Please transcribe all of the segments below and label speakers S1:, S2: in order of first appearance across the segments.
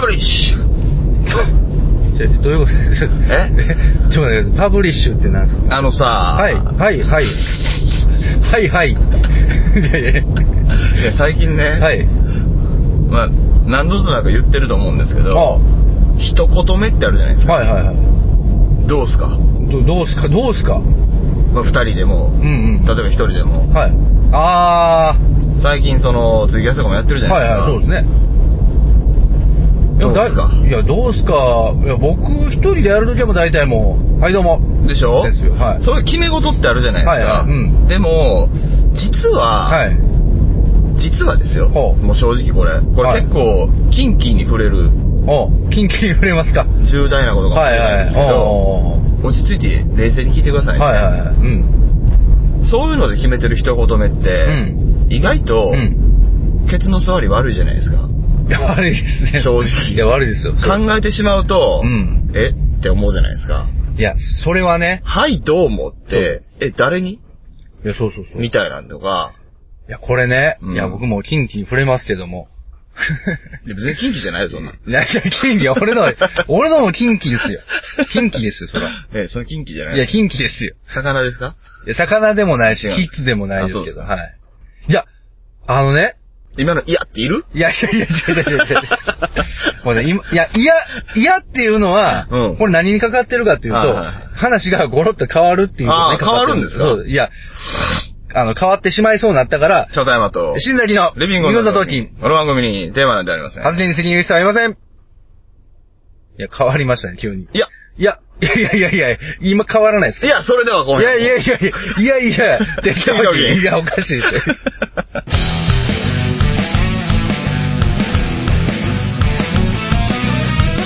S1: ブリッシュ
S2: ちょどういうことですか
S1: え
S2: ちょっと待って、パブリッシュってなんですか
S1: あのさ、
S2: はい、はい、はい。はい、はい。い やいやい
S1: いや最近ね、
S2: やはい。
S1: まあ、何度となく言ってると思うんですけ
S2: あ
S1: ど、一言目ってあるじゃないですか。
S2: はい、はい、はい。
S1: どうすか、
S2: どどうすか、どうすか。
S1: まあ、二人でも、
S2: うんうん。
S1: 例えば一人でも、
S2: はい。あ
S1: 最近その、ツイキャスとかもやってるじ
S2: ー、
S1: ゃな
S2: はいい、
S1: ですか。
S2: はい、そうですね。
S1: どうですか
S2: いや、どうすか。いや、僕一人でやるときも大体もう、はい、どうも。
S1: でしょ
S2: ですよはい
S1: そういう決め事ってあるじゃないですか。
S2: はいはいうん
S1: でも、実は、
S2: はい。
S1: 実はですよ。
S2: ほう
S1: もう正直これ。こ
S2: は
S1: れ
S2: い
S1: 結構、キンキンに触れる
S2: おキンキンに触れますか。
S1: 重大なことかもし
S2: はい、
S1: れない
S2: は
S1: んです
S2: い。
S1: けど、
S2: お
S1: 落ち着いて冷静に聞いてください
S2: ー
S1: ね。
S2: はい、はい、はい。うん。
S1: そういうので決めてる一言目って、
S2: う
S1: 意外と、
S2: うん。
S1: ケツの座り悪いじゃないですか。
S2: いや 悪いですね。
S1: 正直
S2: いや、悪いですよ。
S1: 考えてしまうと、
S2: うん
S1: えって思うじゃないですか。
S2: いや、それはね。
S1: はい、どうもって、え、誰に
S2: いや、そうそうそう。
S1: みたいなのが、
S2: いや、これね、
S1: うん
S2: いや、僕もキンキに触れますけども。
S1: いや別に近畿じゃないよ、そん な。
S2: いや、いやキンキ、俺 の、俺のもキンキですよ。キンキですよ、そら。
S1: え、その近畿じゃない
S2: いや、キンキですよ。
S1: 魚ですか
S2: いや、魚でもないし、
S1: 違う
S2: キッズでもないで
S1: あ
S2: す
S1: そう
S2: け
S1: です
S2: ど、はい。いや、あのね、
S1: 今の、いやっている
S2: いや、いや、いや、違う違う違う違う。これね、今、いや、いや、いやっていうのは、
S1: うん
S2: これ何にかかってるかっていうと、
S1: はいはいはい
S2: 話がゴロッと変わるっていうこと
S1: あ
S2: に
S1: ー
S2: かかっ
S1: 変
S2: て
S1: わるんですか
S2: そういや、あの、変わってしまいそうになったから、
S1: 初対馬と、
S2: 新崎の、
S1: レビング
S2: の
S1: の
S2: 同
S1: 時
S2: 金、
S1: この番組にテーマなんてありません。
S2: 発言に責任を負う必要はありません。いや、変わりましたね、急に。
S1: いや、
S2: いや、いやいやいやいや、今変わらないです
S1: い
S2: か
S1: や、それでは今
S2: いや
S1: 夜も
S2: いやいやいや、いやい や、できたわけいや、おかしいですよ。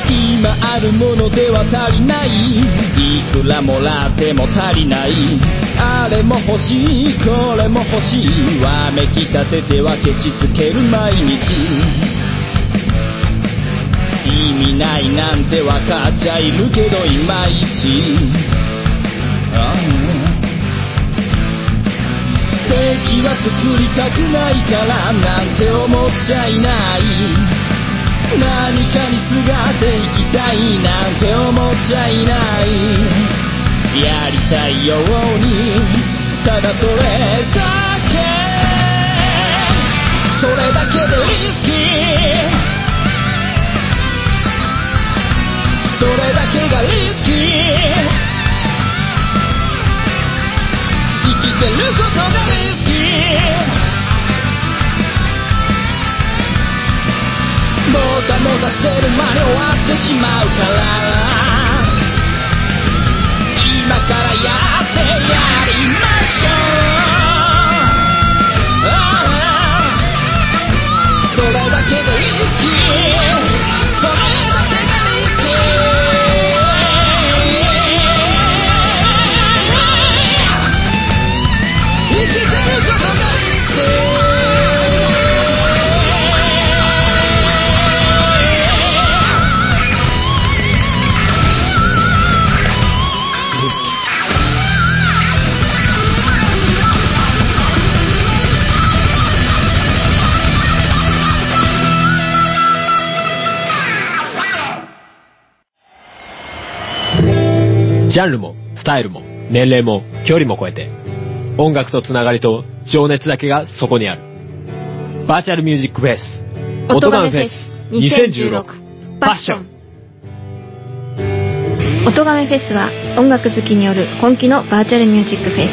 S3: 今あるものでは足りないいくらもらっても足りないあれも欲しいこれも欲しいわめきたててはケチつける毎日意味ないなんてわかっちゃいるけどいまいちああ敵は作りたくないからなんて思っちゃいない何かにすがっていきたいなんて思っちゃいないやりたいようにただそれだけそれだけでリスキーそれだけがリスキー生きてることがリスキーもたもたしてる間に終わってしまうから今からやってやりましょうああそれだけでリスキーそれだけがリスキー生きてることがリスキー
S4: ジャンルも、スタイルも、年齢も、距離も超えて、音楽とつながりと情熱だけがそこにある。バーチャルミュージックフェス、音ガンフェス2016パッション。
S5: 音亀フェスは音楽好きによる今季のバーチャルミュージックフェス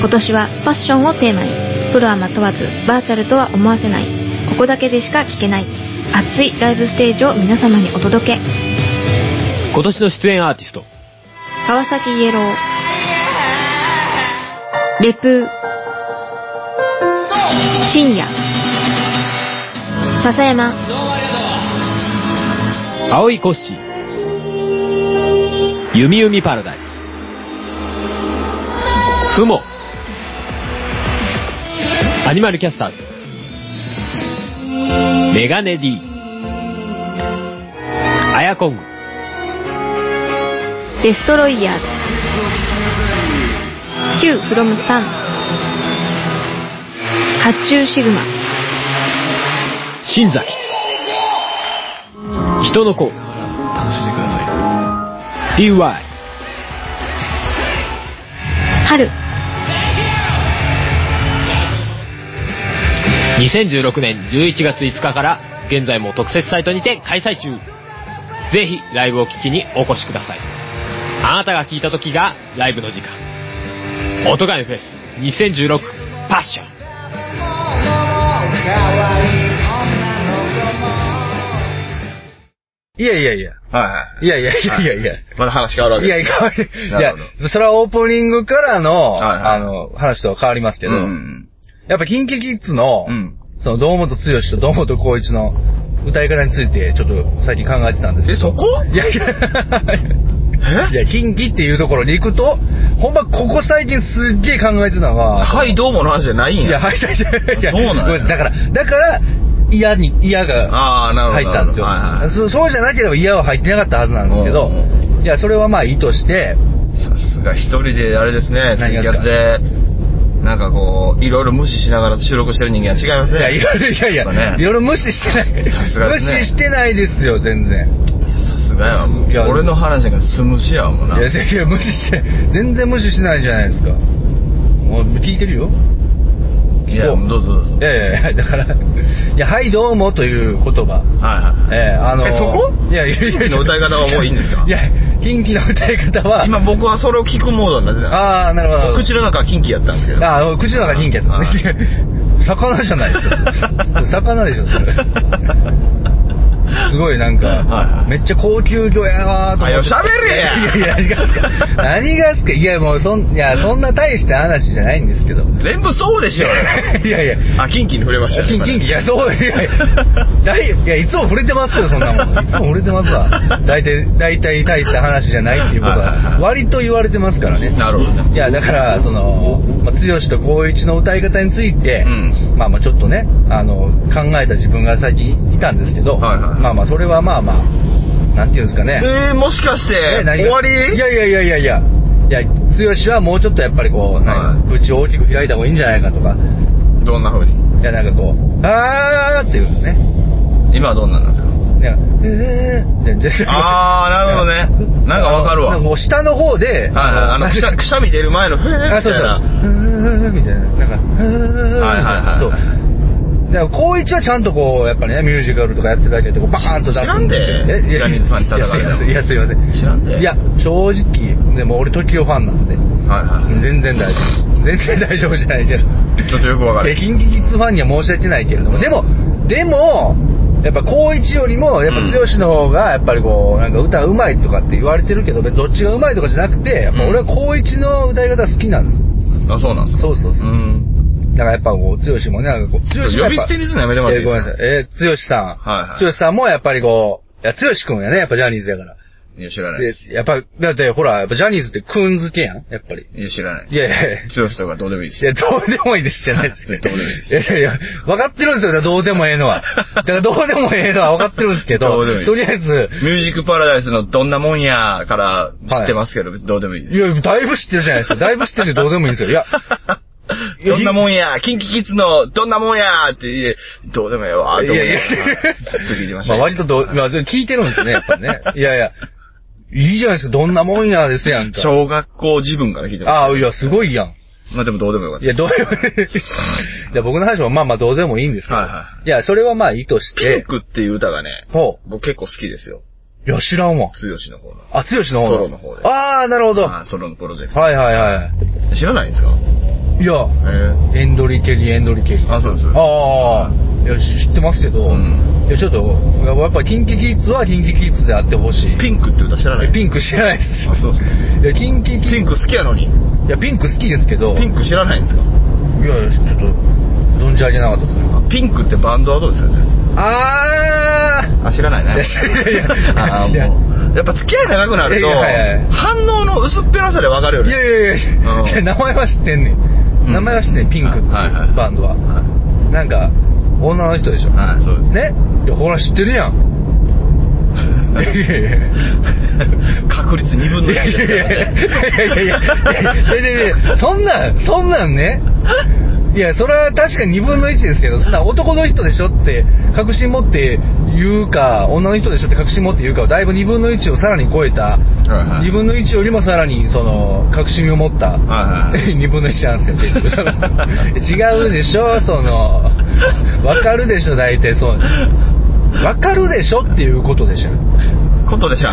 S5: 今年はファッションをテーマにプロはま問わずバーチャルとは思わせないここだけでしか聞けない熱いライブステージを皆様にお届け
S4: 今年の出演アーティスト、
S5: 川崎イエローレプー深夜笹山
S4: 青井コッシー、弓弓パラダイス、ふも、アニマルキャスターズ、メガネ D、アヤコング、
S5: デストロイヤーズ Q フロム3発注シグマ
S4: 新崎人の子
S1: 楽しんでください
S4: DY
S5: 春
S4: 2016年11月5日から現在も特設サイトにて開催中ぜひライブを聞きにお越しくださいあなたが聞いた時がライブの時間音がめフェス2016パッション
S2: いやいやいや。
S1: はい
S2: やいやいやいやいや。
S1: まだ話変わるわけ
S2: いや、
S1: です
S2: 変わる。い
S1: なる
S2: や
S1: ほど、
S2: それはオープニングからの、
S1: はいはい
S2: あの、話とは変わりますけど、
S1: うん
S2: やっぱ、キンキキッズの、
S1: うん。
S2: その、堂本剛と堂本光一の歌い方について、ちょっと最近考えてたんですけ
S1: え、
S2: ど。
S1: そこ
S2: いやいや、いや、キンキっていうところに行くと、ほんま、ここ最近すっげえ考えてたのは、
S1: はい、どうもの話じゃないん
S2: い
S1: や。
S2: や、はい、はい、はい。いや
S1: そうなんや
S2: ごめさいだから、だから、嫌に、嫌が
S1: ああ、なるほ
S2: 入
S1: ど。
S2: ったんですよ
S1: はいはい。
S2: そう。そうじゃなければ嫌は入ってなかったはずなんですけど
S1: うん、
S2: いや、それはまあいいとして、
S1: さすが一人であれですね、ツイ
S2: 何
S1: キ
S2: がです
S1: ャ
S2: か
S1: スで、なんかこう、いろいろ無視しながら収録してる人間は違います
S2: い
S1: ね。
S2: や、いろいろ、いやい
S1: やっぱ
S2: や、
S1: ね
S2: いろいろ無視してない。
S1: さすが
S2: 無
S1: ですね
S2: 視してないですよ、全然。
S1: さすがやもう
S2: いや
S1: 俺の話がスムシやもん
S2: い
S1: な。
S2: や、いや無視して、全然無視してないじゃないですか。もう聞いてるよ。
S1: いや、どうぞどうぞ。
S2: いやいやいや、だから、 いや、はい、どうもという言葉。
S1: はいはい。
S2: ええあの
S1: えそこ
S2: いやいやいや
S1: キンキの歌い方はもういいんですか
S2: いや、キンキの歌い方は、
S1: 今僕はそれを聞くモードになってた。
S2: ああ、なるほどなるほど。
S1: 口の中はキンキやったんですけど。
S2: ああ、口の中人気やった
S1: はい
S2: ね。 魚じゃな いですよ。魚でしょ、それ。すごいなん
S1: はい
S2: か
S1: は、い
S2: めっちゃ高級魚やわーと思って。
S1: はよ喋れや
S2: いやいや、何がっすか何がっすかいや、もうそん、いや、そんな大した話じゃないんですけど。
S1: 全部そうでしょ。
S2: いやいや。
S1: あ、キンキに触れましたね。
S2: キンキンキ、いや、そう、いやいや、だいいや、いつも触れてますよ、そんなもん。いつも触れてますわ。大体、大体大した話じゃないっていうこと
S1: はいはいは
S2: は、
S1: い
S2: 割と言われてますからね。
S1: なるほどね。
S2: いや、だから、その、まあ、剛と光一の歌い方について、
S1: うん
S2: まあまあちょっとね、あの、考えた自分が最近いたんですけど、
S1: はいはい
S2: まあまあそれはまあまあ、なんていうんですかね。
S1: えー、もしかして、
S2: ね何
S1: 終
S2: が
S1: わり
S2: いやいやいやいやいや。いや、剛はもうちょっとやっぱりこう、なんか口を大きく開いた方がいいんじゃないかとか、
S1: どんな風に
S2: いやなんかこう、あーっていうのね。
S1: 今はどんなんなんですか
S2: なんかえーってで
S1: あーなるほどねなんかわかるわ
S2: なんこう下の方で、
S1: はいはい、あの、くしゃ、くしゃみ出る前の、へぇ
S2: あ、そうそう。うーんみたいな。なんか、うーんみたい
S1: はいはい
S2: な。
S1: はい
S2: そう。だから、高一はちゃんとこう、やっぱりね、ミュージカルとかやってたりとか、バーンと出す
S1: 知らんで
S2: えいや
S1: ジャニーズファンに叩かれたの
S2: いや、すいません。いやすいませ
S1: 知らんで。
S2: ん。いや、正直、でも俺、時をファンなんで、
S1: はいは
S2: 全然大丈夫。全然大丈夫じゃないけど。
S1: い。ちょっとよくわかる。
S2: キンキキッズファンには申し訳ないけれども、でも、でも、やっぱ高一よりも、やっぱ
S1: うん
S2: 剛の方が、やっぱりこう、なんか歌うまいとかって言われてるけど、別にどっちがうまいとかじゃなくて、やっぱ俺は高一の歌い方好きなんです。
S1: あ、そうなんですか
S2: そうそうそう
S1: う。ん。
S2: だからやっぱこう、剛もね、なんかこう、剛
S1: ちょっと
S2: がやっぱ
S1: 呼び捨てにするのやめてもらっていいですか
S2: えーごめんなさい。えー、剛さん。
S1: はいはい
S2: 剛さんもやっぱりこう、いや、剛くんやね、やっぱジャニーズやから。
S1: いや、知らないです。
S2: で、やっぱ、だってほら、やっぱジャニーズってくん付けやん、やっぱり。
S1: いや、知らない
S2: い。やいやいや。
S1: 強しとかどうでもいいです
S2: い。や、どうでもいいですじゃないです。
S1: どうでも いいです
S2: いやいやいや、分かってるんですよ、どうでもえ えのは。だからどうでもええのは分かってるんですけど、
S1: どうでもいい
S2: とりあえず、
S1: ミュージックパラダイスのどんなもんやから知ってますけど、別にどうでもいいです
S2: い。や、だいぶ知ってるじゃないですか。だいぶ知ってるんでどうでもいいんですよ。いや、い や
S1: どんなもんや、キンキキッズのどんなもんやって言え、どうでもええわ、
S2: い
S1: どうでも
S2: や
S1: え
S2: い
S1: え
S2: や
S1: わずっと聞いてました
S2: まあ
S1: よ。
S2: 割とどう、まあ聞いてるんですね、やっぱね。いやいや、いいじゃないですか、どんなもんやですやんか。
S1: 小学校自分から聞いてま
S2: ああ、いや、すごいやん。
S1: す。まあでもどうでもよかった
S2: い
S1: で
S2: や、
S1: す。
S2: どうでもいや、僕の話もまあまあどうでもいいんですけど。
S1: はいはい
S2: や、それはまあいいとし
S1: ピン
S2: て、
S1: クっていう歌がね、
S2: ほ
S1: 僕結構好きですよ。
S2: う。いや、知らんわ。
S1: 強しの方の。
S2: あ、剛の方
S1: ソロの方で
S2: ああ、なるほど。は
S1: あーソロのプロジェク
S2: いはいは
S1: ト。知らないんですか
S2: い。いや、
S1: え
S2: エンドリケリー、エンドリケリ
S1: え
S2: ー。
S1: あ、そうです。
S2: ああ、いや、知知ってますけど、
S1: うん
S2: いや、ちょっと、やっぱ、キンキキッズはキンキキッズであってほしい。
S1: ピンクって歌知らない
S2: えピンク知らないで
S1: あ、そうですね。
S2: す。いや、キンキキ
S1: ピンク好きやのに。
S2: いや、ピンク好きですけど、
S1: ピンク知らないんですか
S2: いやいや、ちょっと、存じ上げなかったですね。
S1: ピンクってバンドはどうですかね
S2: あー
S1: あ、知らないね。
S2: いやいやいや
S1: あーもう。やっぱ付き合い長くなると、
S2: いやいやいや
S1: 反応の薄っぺらさで分かるよ
S2: い
S1: ね。
S2: やいやいや、
S1: うん
S2: いや名前は知ってんねん。
S1: うん
S2: 名前は知ってんねん、ピンクっていう
S1: はいはい
S2: バンドは。
S1: は
S2: なんか、女の人でしょ。
S1: い。はい、そうです。
S2: ねいや、ほら知ってる やん。いやいやいや。
S1: 確率2分
S2: い
S1: の1
S2: やいやいやいやいやいやいやいやいやいやいやそんなん、そんなんね、いや、それは確かに2分の1ですけど、そんな男の人でしょって確信持って言うか、女の人でしょって確信持って言うかは、だいぶ2分の1をさらに超えた、
S1: はいはい
S2: 2分の1よりもさらに、その、確信を持った、
S1: はいはい
S2: 2分の1なんですよ、結局その違うでしょ、その、わかるでしょ、大体そう。わかるでしょっていうことでしょ。
S1: ことでした。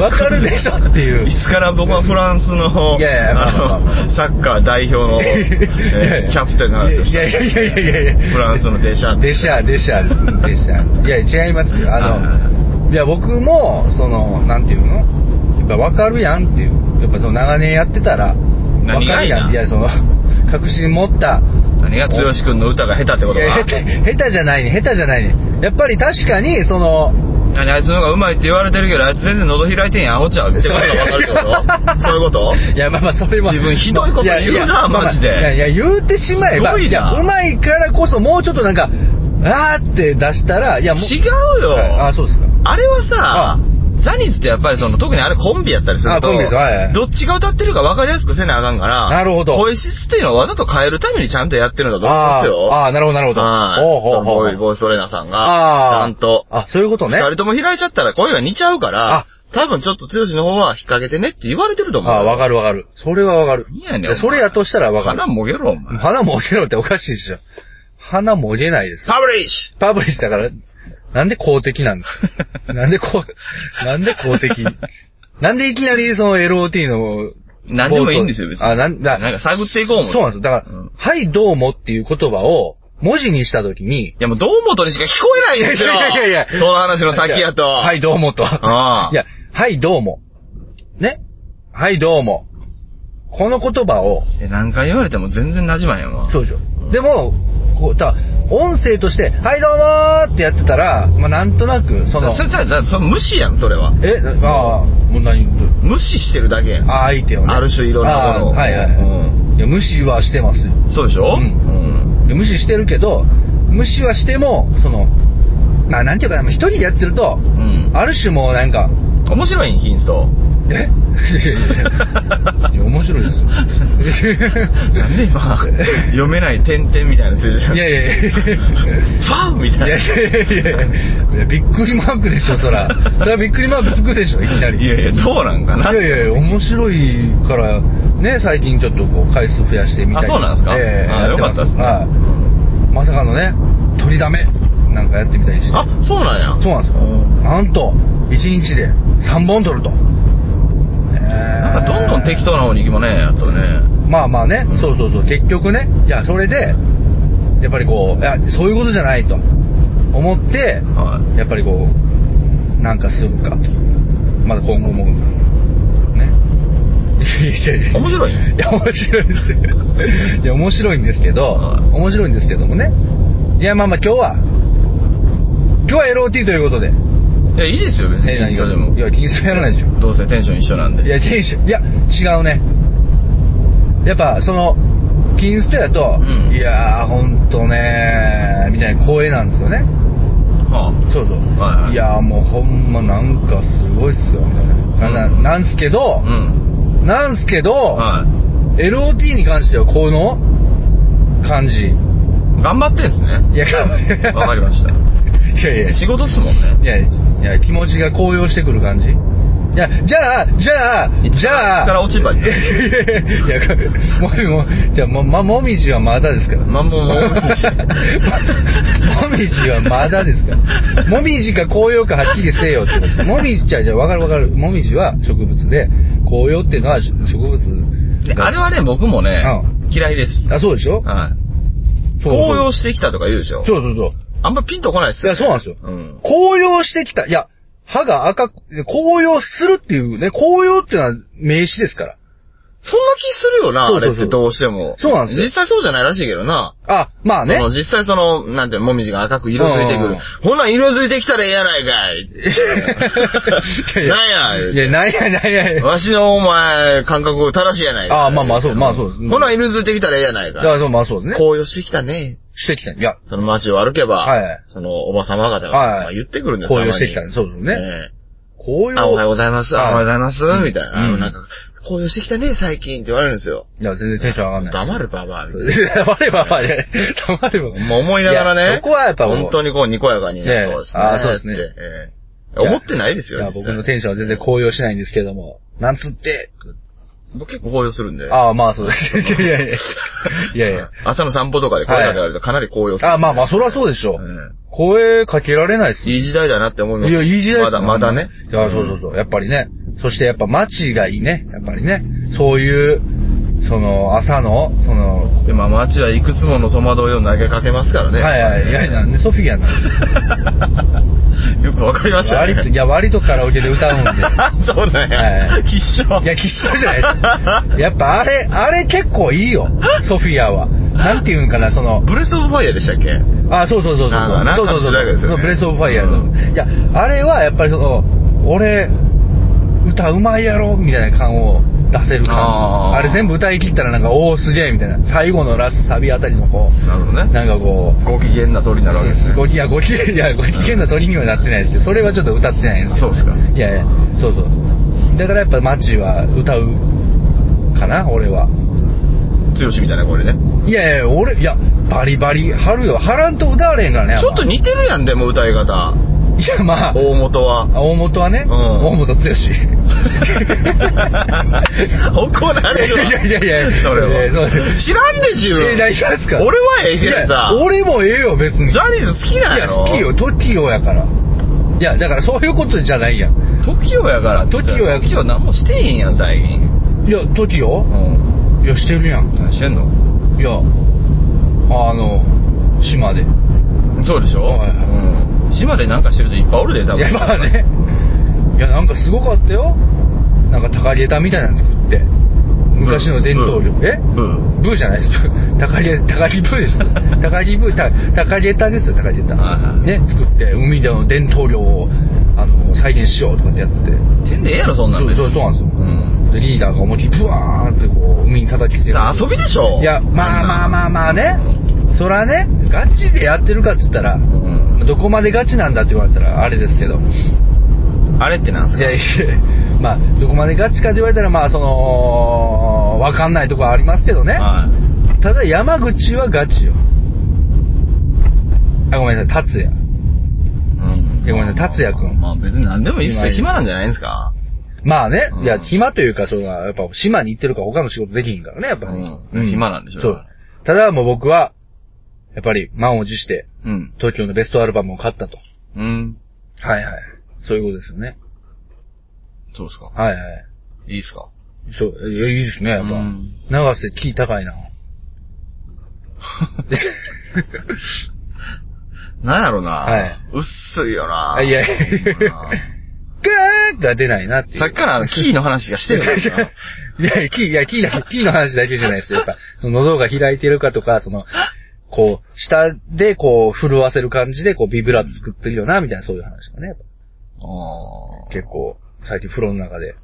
S2: わかるでしょっていう。
S1: いつから僕はフランスの、
S2: いやいやまあまあまあ
S1: あの、サッカー代表 の、えーキャプテンの話をし
S2: いやいやいやいやいやいや
S1: フランスのデシャン
S2: デシャデシャですデシャいや違いますよあのいや僕もそのなんていうのやっぱ分かるやんっていうやっぱその長年やってたら分か
S1: 何が
S2: る
S1: いい
S2: や
S1: なん
S2: いや その確信持った
S1: た。何が剛君の歌が下手ってこと
S2: いや
S1: か
S2: 下手下手じゃないね下手じゃないねやっぱり確かにその
S1: 何あいつの方がうまいって言われてるけど、あいつ全然喉開いてんやん、アホちゃうってことがわかるってことそういうこと
S2: いやまあまあそれは
S1: 自分ひどいこと言うない
S2: やいや
S1: マジで
S2: まあまあいやいや言うてしまえば
S1: すごいな
S2: やうまいからこそもうちょっとなんかあーって出したらいやもう
S1: 違うよ
S2: はいあそうですか
S1: あれは
S2: あ
S1: さ、ジャニーズってやっぱりその、特にあれコンビやったりする
S2: あ
S1: と、
S2: コンビですはいはい
S1: どっちが歌ってるか分かりやすくせなあかんから、
S2: なるほど
S1: 声質っていうのをわざと変えるためにちゃんとやってるんだと思いますよ。
S2: あーあー、なるほど、なるほど。
S1: はい。
S2: ほうほう
S1: そのボ
S2: ほ
S1: ーイ、
S2: う。
S1: ボーイソレナさんが、ち
S2: ああ。
S1: ゃんと、
S2: あ、そういうこと
S1: 二
S2: ね。
S1: 人とも開いちゃったら声が似ちゃうから
S2: あ、
S1: 多分ちょっと剛の方は引っ掛けてねって言われてると思う。
S2: ああ、わかるわかる。それはわかる。
S1: いいやねん
S2: いやそれやとしたらわかる
S1: 鼻。もげろ、お前。
S2: 花もげろっておかしいでしょ。花もげないです。
S1: パブリッシ
S2: パブリスだから、なんで公的なんで すかなんでこう、なんで公的なんでいきなりその LOT の、
S1: ュ 何でもいいんですよ、別に。
S2: あ、なんだ、
S1: なんか探っていこうも
S2: そうなんですよ。だから、
S1: うんい
S2: はい、どうもっていう言葉を文字にしたときに、
S1: や、もう、堂本にしか聞こえないんですよ。
S2: いやいやいやいや
S1: その話の先やと。。
S2: はいい、どうもと。
S1: ああ
S2: いや、はい、どうも。ね。はい、どうも。この言葉を、
S1: 何回言われても全然馴染まへんわ。
S2: そうでしょ。でも、こう、ただ音声として、はい、どうもーってやってたら、まあ、なんとなく、その、
S1: それ、それ、それ無視やん、それは。
S2: え、ああ、もう何、どう
S1: 無視してるだけやん。
S2: ああ、相手をね。
S1: ある種いろんなものを
S2: ああはいはいはい。いや、無視はしてますよ。
S1: そうでしょ
S2: うん
S1: ん。
S2: で無視してるけど、無視はしても、その、まあ、なんていうかな、もう一人でやってると、
S1: うん。
S2: ある種もうなんか、
S1: 面白いん、ヒント。
S2: えいやいやいやいや面白いですよ。
S1: なんで今、読めない点々みたいな数字
S2: いやいやいやい
S1: ファンみた
S2: やい
S1: いな。
S2: やいやいやびっくりマークでしょ、そら。それはびっくりマークつくでしょ、いきなり。
S1: いやいや、どうなんかない
S2: やいやいや、面白いから、ね、最近ちょっとこう、回数増やしてみたい
S1: あそうなんですか
S2: ええ
S1: あ
S2: やてま
S1: よかったですね
S2: はいまさかのね、取りだめ、なんかやってみたりして。
S1: あ、そうなんや。
S2: そうなんですよ。なんと、1日で3本取ると。
S1: な
S2: なん
S1: かどんどん適当な方に行きもね、あとね。
S2: まあまあね、
S1: うん
S2: そうそうそう、結局ね、いや、それで、やっぱりこう、いや、そういうことじゃないと思って、
S1: はい。
S2: やっぱりこう、なんかするか、まだ今後も、ね。いやいやい や
S1: 面白い
S2: いや、面白 いですよ。いや、面白いんですけど、
S1: はい
S2: 面白いんですけどもね。いや、まあまあ今日は、今日は LOT ということで、
S1: いや、いいですよ、別に。
S2: 何
S1: 一緒
S2: が
S1: でも
S2: い。や、気にするやらないでしょ。
S1: どうせテンション一緒なん
S2: い
S1: で。
S2: や、店主、いや、違うね。やっぱ、その、金ステだと、
S1: うん
S2: いやー、ほんとねー、みたいな声なんですよね。
S1: は
S2: そうそう。
S1: はいはい
S2: やー、もうほんまなんかすごいっすよ、みたいな。な
S1: うん
S2: なんすけど
S1: あ。う、ん。
S2: なんすけど、
S1: は
S2: LOT に関してはこの感じ。
S1: い。頑張ってんすね。
S2: いや、
S1: わかりま
S2: し
S1: した。
S2: た。いやいや、
S1: 仕事っすもんね。
S2: いや、いや、気持ちが高揚してくる感じ。いや、じゃあ、じゃあ、
S1: いつ
S2: じゃあ。
S1: から落ち葉に
S2: いやいやいやいや、もう、 もう、じゃあ、も、ま、もみじはまだですから。
S1: まあ、もう、もう
S2: もみじはまだですから。もみじか紅葉かはっきりせえよってことです。もみじ、じゃあ、じゃあ、わかるわかる。もみじは植物で、紅葉っていうのは植物。
S1: であれはね、僕もね
S2: う、
S1: 嫌いです。
S2: あ、そうでしょ
S1: はい。
S2: そう
S1: 紅葉してきたとか言うでしょ。
S2: そうそうそう。
S1: あんまピンとこないっすよ。
S2: いや、そうなんですよ。
S1: うん。
S2: 紅葉してきた。いや、歯が赤く、紅葉するっていうね、紅葉っていうのは名詞ですから。
S1: そんな気するよな、
S2: そ
S1: あ
S2: うそうそう
S1: れってどうしても。
S2: そうなんですよ
S1: 実際そうじゃないらしいけどな。
S2: あ、まあね
S1: そ。 の実際その、なんて、もみじが赤く色づいてく
S2: うん
S1: る。ほな、色づいてきたらええやないかい なんや
S2: い。やいや、
S1: 言う
S2: なんや、なんや。
S1: て。わしのお前、感覚正しいやないか。
S2: あまあまあそうまあそうです
S1: ほな、色づいてきたらええやない
S2: いや、
S1: か。
S2: そう、まあそうですね。
S1: 紅葉してきたね。
S2: してきた。いや、
S1: その街を歩けば、
S2: はい
S1: そのおば様方が、
S2: はい
S1: まあ言ってくるんです
S2: 紅葉してきたね。そうです
S1: た
S2: ね。紅
S1: あ、おはようご
S2: 葉。
S1: ざいます。
S2: はい
S1: あおはようございます。みたいな。あ
S2: う
S1: の
S2: ん
S1: なんか、
S6: 紅葉してきたね、最近って言われるんですよ。
S2: いや、全然テンション上がんないです。
S6: 黙れババアみたいな。
S2: 黙ればまあね。黙れ ば。
S1: まあ思いながら
S2: い
S1: ね。
S2: やそこはやっぱもう
S1: 本当にこう、にこやかに
S2: ね
S1: ね。そうですね。
S2: あーそうですね
S1: ってええ思ってないですよ
S2: いや、
S1: 実際
S2: 僕のテンションは全然高揚しないんですけども。なんつって。
S1: 僕結構高揚するんで。
S2: ああ、まあそう です。いやいや。いやいや。
S1: 朝の散歩とかで声かけられるとかなり高揚する。
S2: ああ、まあまあ、そりゃそうでしょ
S1: う。ん
S2: 声かけられないっすね
S1: いい時代だなって思います。
S2: いや、いい時代
S1: ま
S2: です
S1: だ、まだね。
S2: いや、そうそうそう。やっぱりね。そしてやっぱ街がいいね。やっぱりね。そういう、その、朝の、その、
S1: で、まあ、街はいくつもの戸惑いを投げかけますからね。
S2: はいはい。いや、なんでソフィアなんです
S1: よくわかりまし
S2: か
S1: た
S2: 割と、い
S1: ね。
S2: や、割とカラオケで歌うん で。
S1: そうなん
S2: は
S1: や。
S2: い
S1: 必勝。
S2: いや、喫茶じゃないです。やっぱあれ、あれ結構いいよ。ソフィアは。なんていうんかな、そ の、
S1: ブレスオブファイヤーでしたっけ
S2: あ、そうそうそうそう。
S1: なんかなんか
S2: そうそうそう
S1: の時代がですよね
S2: ブレスオブファイヤーの。いや、あれはやっぱりその、俺、歌うまいやろみたいな感を出せる感じ。
S1: あ
S2: あ
S1: ー
S2: れ全部歌い切ったらなんか、おーすげえみたいな。最後のラスサビあたりのこ
S1: なるほど
S2: う、
S1: ね。
S2: なんかこう、
S1: ご機嫌な鳥になるわけですね。
S2: ごき、いや、ごき、いや、ご機嫌な鳥にはなってないですけど、それはちょっと歌ってないんです
S1: あ
S2: けど
S1: そうですか。
S2: いやいや、そうそう。だからやっぱ街は歌うかな、俺は。
S1: 強しみたいな声でね。
S2: いやいや、俺、いや、バリバリ、春よ。ハランと歌われへんからね。あん
S1: ちょ
S2: ま
S1: っと似てるやん、でも歌い方。
S2: いや、まあ、
S1: 大元は。
S2: 大本はね、
S1: うん
S2: 大本 剛。
S1: 怒られるわ。
S2: いやいやいやいや
S1: そ
S2: い
S1: れ
S2: やそ
S1: は
S2: うです
S1: 知らんで、自
S2: え、
S1: 分。
S2: 大丈夫ですか
S1: 俺はええけどさ
S2: いや、俺もええよ、別に。
S1: ジャニーズ好きなん
S2: い
S1: や
S2: や、
S1: ろ
S2: 好きよ、トキオやから。いや、だからそういうことじゃないやん。
S1: 時をやからって言ったら
S2: TOKIO や
S1: 時を何もしてへんやん最近
S2: いや、トキオ
S1: うん
S2: いや、してるやん。
S1: 何してんの
S2: いや、あの、島で。
S1: そうでしょ、
S2: はいは
S1: うん島でなんかしてる人いっぱいおるで多分
S2: いや、まあね。いや、なんかすごかったよ。なんか高げたみたいなの作って。昔の伝統料
S1: ブ
S2: 理。え
S1: ブー
S2: ブーじゃないです。 高木、高木ブーです。 高木ブー、た高木田ですよ、高木田
S1: はいは。い
S2: ね、作って、海での伝統漁を、あの、再現しようとかってやってて。
S1: てんでええやろそんなん
S2: そう
S1: 別
S2: そう
S1: に
S2: そうなんですよ。
S1: うん
S2: で、リーダーが思いっきりブワーってこう、海に叩きつけ
S1: だ
S2: て。
S1: から遊びでしょ
S2: いや、まあまあまあまあね。そらね、ガチでやってるかっつったら、
S1: うん
S2: どこまでガチなんだって言われたら、あれですけど。
S1: あれってなんす
S2: い
S1: か
S2: やいや、まあ、どこまでガチかって言われたら、まあ、その、わかんないとこはありますけどね。
S1: はい
S2: ただ山口はガチよあごめんなさい達也
S1: うん
S2: いやごめんなさい達也君
S1: まあ別に何でもいいっすよ暇なんじゃないんすか
S2: まあね、
S1: うん
S2: いや暇というかそのやっぱ島に行ってるから他の仕事できひんからねやっぱり、
S1: うん暇なんでしょう
S2: そうただもう僕はやっぱり満を持して
S1: うん
S2: 東京のベストアルバムを買ったと
S1: うん
S2: はいはいそういうことですよね
S1: そうっすか
S2: はいはい
S1: いいっすか
S2: そういやいいですねやっぱ、
S1: うん
S2: 長瀬キー高いな
S1: なんやろな、
S2: はい、
S1: 薄いよな
S2: あいやいや
S1: うん
S2: ガーッが出ないなっていう
S1: さっきからあのキーの話がしてるんですよ
S2: いや、キー、いや、キーだけ、キーの話だけじゃないですよ。やっぱ、その喉が開いてるかとか、その、こう、下でこう、震わせる感じで、こう、ビブラート作ってるよな、みたいな、そういう話がね。やっ
S1: あ
S2: ぱ
S1: ー
S2: 結構、最近風呂の中で、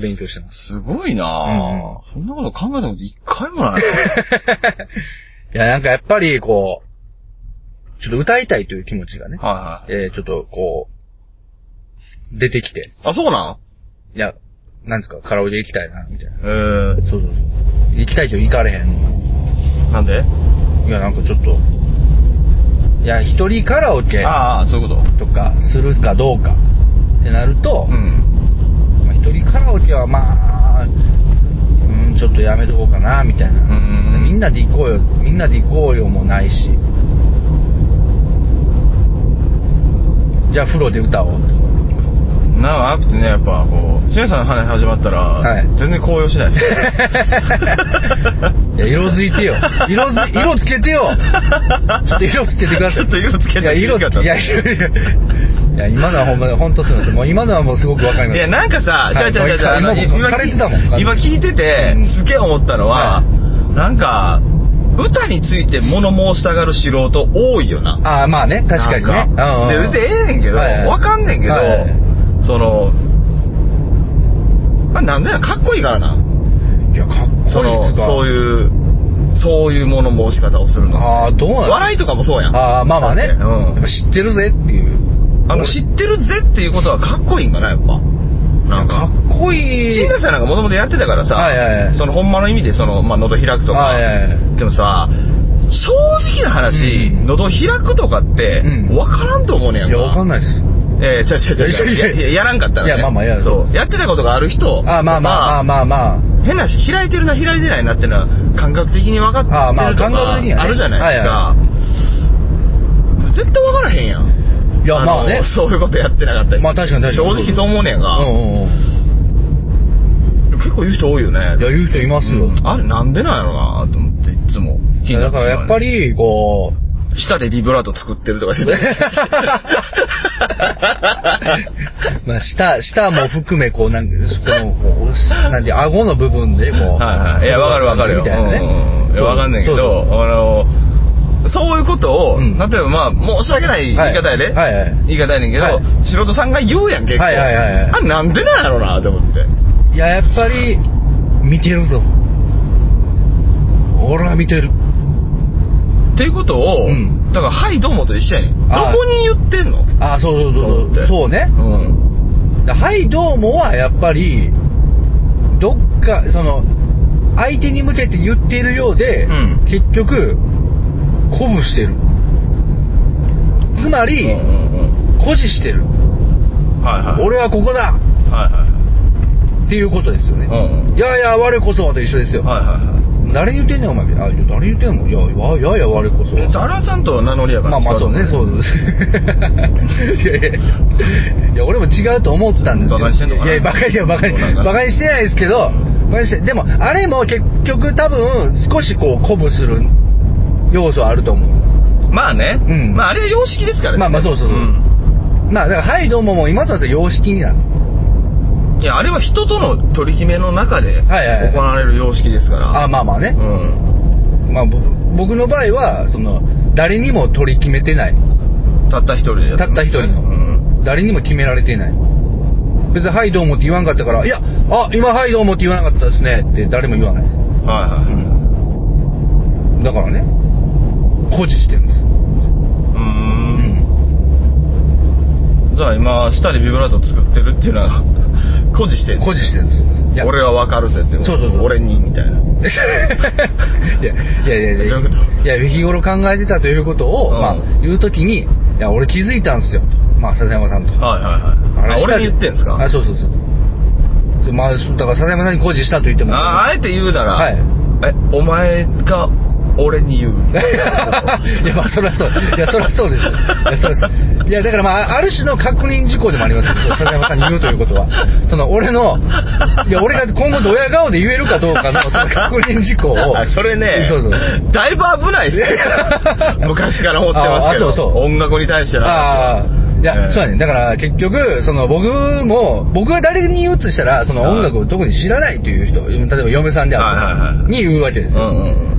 S2: 勉強してます。
S1: すごいなぁ、そんなこと考えたこと一回もない。
S2: いや、なんかやっぱり、こう、ちょっと歌いたいという気持ちがね、
S1: はいはい。
S2: えー、ちょっと、こう、出てきて、
S1: あ、そうなん
S2: いや、なんですか、カラオケ行きたいな、みたいな。
S1: え
S2: そうそうそう。行きたいけど行かれへん。
S1: ー、なんで
S2: いや、なんかちょっと、いや、一人カラオケ
S1: ああ、そういうこと
S2: とかするかどうかってなると、
S1: うん。
S2: まあ、一人カラオケはまあ、うん、ちょっとやめとこうかな、みたいな。
S1: ん
S2: みんなで行こうよ、みんなで行こうよもないし。じゃあ、風呂で歌おうと。
S1: なあ、アプってね、やっぱこう、シエさんの話始まったら、
S2: はい
S1: 全然高揚しないですよ
S2: いや、色づい てよ。色づ、色つけてよ。ちょっと色つけてくださ
S1: ちょ
S2: い。
S1: っと色つけて
S2: いや、色つけ、いや、色いやいや、今のはほんま、ほんとすみません。もう今のはもうすごくわかりま
S1: い
S2: す。
S1: や、なんかさ、
S2: はい
S1: 違う違う違うあの
S2: もう一回今も枯れてたもん
S1: 今聞いてて
S2: うん、
S1: すげえ思ったのは、
S2: は
S1: なんか、歌について物申したがる素人多いよな。
S2: ああ、まあね、確かにね。
S1: なんか
S2: うん
S1: で、
S2: うんうん
S1: 別にええねんけど、
S2: はいはい
S1: わかんねんけど、
S2: はいはい
S1: その、あ、なんでなんかっこいいからな。
S2: いや、かっこいい
S1: その、そう
S2: う。
S1: いう、そういう物申し方をするの。
S2: ああ、どうなの
S1: 笑いとかもそうやん。あ
S2: ああ、まあまあね。
S1: うん
S2: やっぱ知ってるぜっていう。
S1: の、知ってるぜっていうことはかっこいいんかな、やっぱ。なん
S2: か
S1: か、
S2: っこい
S1: シ
S2: い
S1: ン。さんなんかもともとやってたからさ、
S2: はいはいはい
S1: そのほんまの意味でその、まあ、喉開くとか、
S2: はいはいはい
S1: でもさ、正直な話、
S2: うん
S1: 喉開くとかって
S2: う、ん
S1: わからんと思うねやん
S2: い
S1: か。
S2: や、わかんないです。
S1: えー、ちゃちゃちゃ
S2: いやいやいや
S1: やらんかったら、ね。
S2: いやまあまあいや
S1: そう。やってたことがある人、
S2: あまあまあまあまあま
S1: 変なし、開いてるな、開いてないなっていうのは、感覚的に分かってるとか、
S2: あまあ感覚的にはね
S1: あるじゃないですか。
S2: は
S1: 絶対分からへんやん。
S2: あ。いや、
S1: の
S2: まあね。
S1: そういうことやってなかったり。
S2: まあ確かに確かに
S1: 正直そう思うねん
S2: う
S1: が、
S2: んうん
S1: 結構言う人多いよね。
S2: うん。いや、言う人いますよ。
S1: あれなんでなんやろうなと思って、いつも
S2: い
S1: 気
S2: や
S1: にな
S2: だ
S1: って
S2: からやっぱ
S1: り。
S2: り、こう、
S1: 舌でビブラート作ってるとかして
S2: まあ、舌、舌も含め、こう、なんか、この、こう、なんて、顎の部分で、こう。
S1: はいはい。いや、わかるわかるよ。
S2: みたいなね
S1: うんうんうん。いやわかんないけど、
S2: そう
S1: あの、そういうことを、
S2: う
S1: 例え
S2: ん
S1: ばまあ、申し訳ない言い方やで、
S2: はいはいはい
S1: 言い方やねんけど、
S2: はい
S1: 素人さんが言うやん、結構。
S2: はいはいはいはい
S1: あ、なんでなんやろうな、と思って。
S2: そういや、やっぱり、見てるぞ。俺は見てる。
S1: っていうことを、
S2: うん
S1: だから、はい、どうもと一緒やねん。ど
S2: あー
S1: こに言ってんの
S2: あ、そうそうそ
S1: と
S2: うそ
S1: 思
S2: う。
S1: って
S2: そうね。
S1: うん。
S2: だはい、どうもは、やっぱり、どっか、その、相手に向けて言ってるようで、
S1: うん
S2: 結局、鼓舞してる。つま
S1: うん
S2: り、
S1: うん
S2: 誇示して
S1: う
S2: る。
S1: ん。はいはい。
S2: 俺はここだ
S1: はいはいはい。
S2: っていうことですよね。
S1: うんうん
S2: いやいや、我こそはと一緒ですよ。
S1: はいはいはい。
S2: 誰に言ってんねん、お前。あ、誰に言ってんのいや、いやいやいや、我こそは。
S1: え、ダラさんと名乗りやから
S2: まあまあそうね、そう
S1: で
S2: です いやいやいや、俺も違うと思ってたんですけど。
S1: 馬鹿にしてんのかない
S2: や、バカに、いや、バカ
S1: そ
S2: に、
S1: うなんかな
S2: バカにしてないですけど、バカにして、でも、あれも結局多分、少しこう、鼓舞する要素はあると思う。
S1: す。まあね。
S2: うん
S1: まああれは様式ですからね。
S2: まあまあそうそうそうんまあ、だから、はい、どうももう今となっては様式になる。
S1: いや、あれは人との取り決めの中で
S2: はいはいはい
S1: 行われる様式ですから。
S2: あ、まあまあね
S1: う。ん。
S2: まあ、ぼ僕の場合は、その、誰にも取り決めてない。
S1: たった一人でや
S2: たった一人の
S1: うん。
S2: 誰にも決められていない。別に、はい、どうもって言わんかったから、いや、あ、今、はい、どうもって言わなかったですねって誰も言わない。
S1: はいはい。
S2: だからね、誇示してるんです。
S1: う。
S2: うんん。
S1: じゃあ今、下でビブラート作ってるっていうのは、 誇示してんの
S2: 誇示してるんです。いや
S1: 俺はわかるぜって。
S2: そうそうそう
S1: 俺に、みたいな。
S2: いやいやいやい
S1: どういうこと
S2: やいや日頃考えてたということを、
S1: うん
S2: まあ、言うときに「いや俺気づいたんすよ」まあ笹山さんと
S1: はいはいはい。あ、
S2: 話した
S1: 俺に言ってんすか
S2: あそうそうそうそうまあだから笹山さんに誇示したと言っても
S1: ああえて言うなら、
S2: はい
S1: え、お前が俺に言う。
S2: いやまあそりゃそういやそりゃそうですよいやそりゃそういやだからまあある種の確認事項でもありますよそう笹山さんに言うということはその俺のいや俺が今後ドヤ顔で言えるかどうかの その確認事項を
S1: あ それね
S2: そうそう
S1: だいぶ危ないですね 昔から思ってますけど
S2: ああそうそう
S1: 音楽に対しての話
S2: ああーいや、
S1: ええ
S2: そうやねだから結局その僕も僕が誰に言うとしたらその
S1: はい
S2: 音楽を特に知らないという人例えば嫁さんであるとか
S1: はいはいはい
S2: に言うわけです
S1: う
S2: よ、
S1: んうん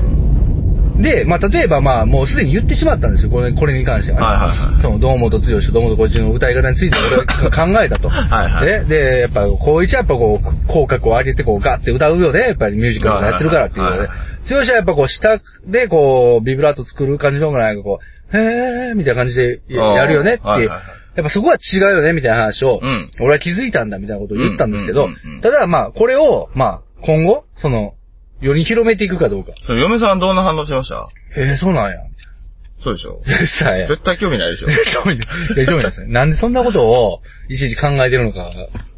S2: で、まあ、例えばまあもうすでに言ってしまったんですよこれこれに関しては、ね
S1: はいはいはい
S2: その堂本剛と堂本光一の歌い方について俺が考えたと
S1: はいはい
S2: ででやっぱ光一はやっぱこう口角を上げてこうガッて歌うよねやっぱりミュージカルをやってるからっていうの
S1: は
S2: で、
S1: いはいはい
S2: 剛はやっぱこう下でこうビブラート作る感じの方がなんかこうへーみたいな感じでややるよねっていう、
S1: あーはいはいはい
S2: やっぱそこは違うよねみたいな話を、
S1: うん
S2: 俺は気づいたんだみたいなことを言ったんですけど、
S1: うんうんうんうん
S2: ただまあこれをまあ今後そのより広めていくかどうか。
S1: それ嫁さんどんな反応しました
S2: えー、そうなんや。
S1: そうでしょ
S2: さあ、いや
S1: 絶対興味ないで しょ
S2: 興味ない。いや興味ないですね。なんでそんなことをいちいち考えてるのか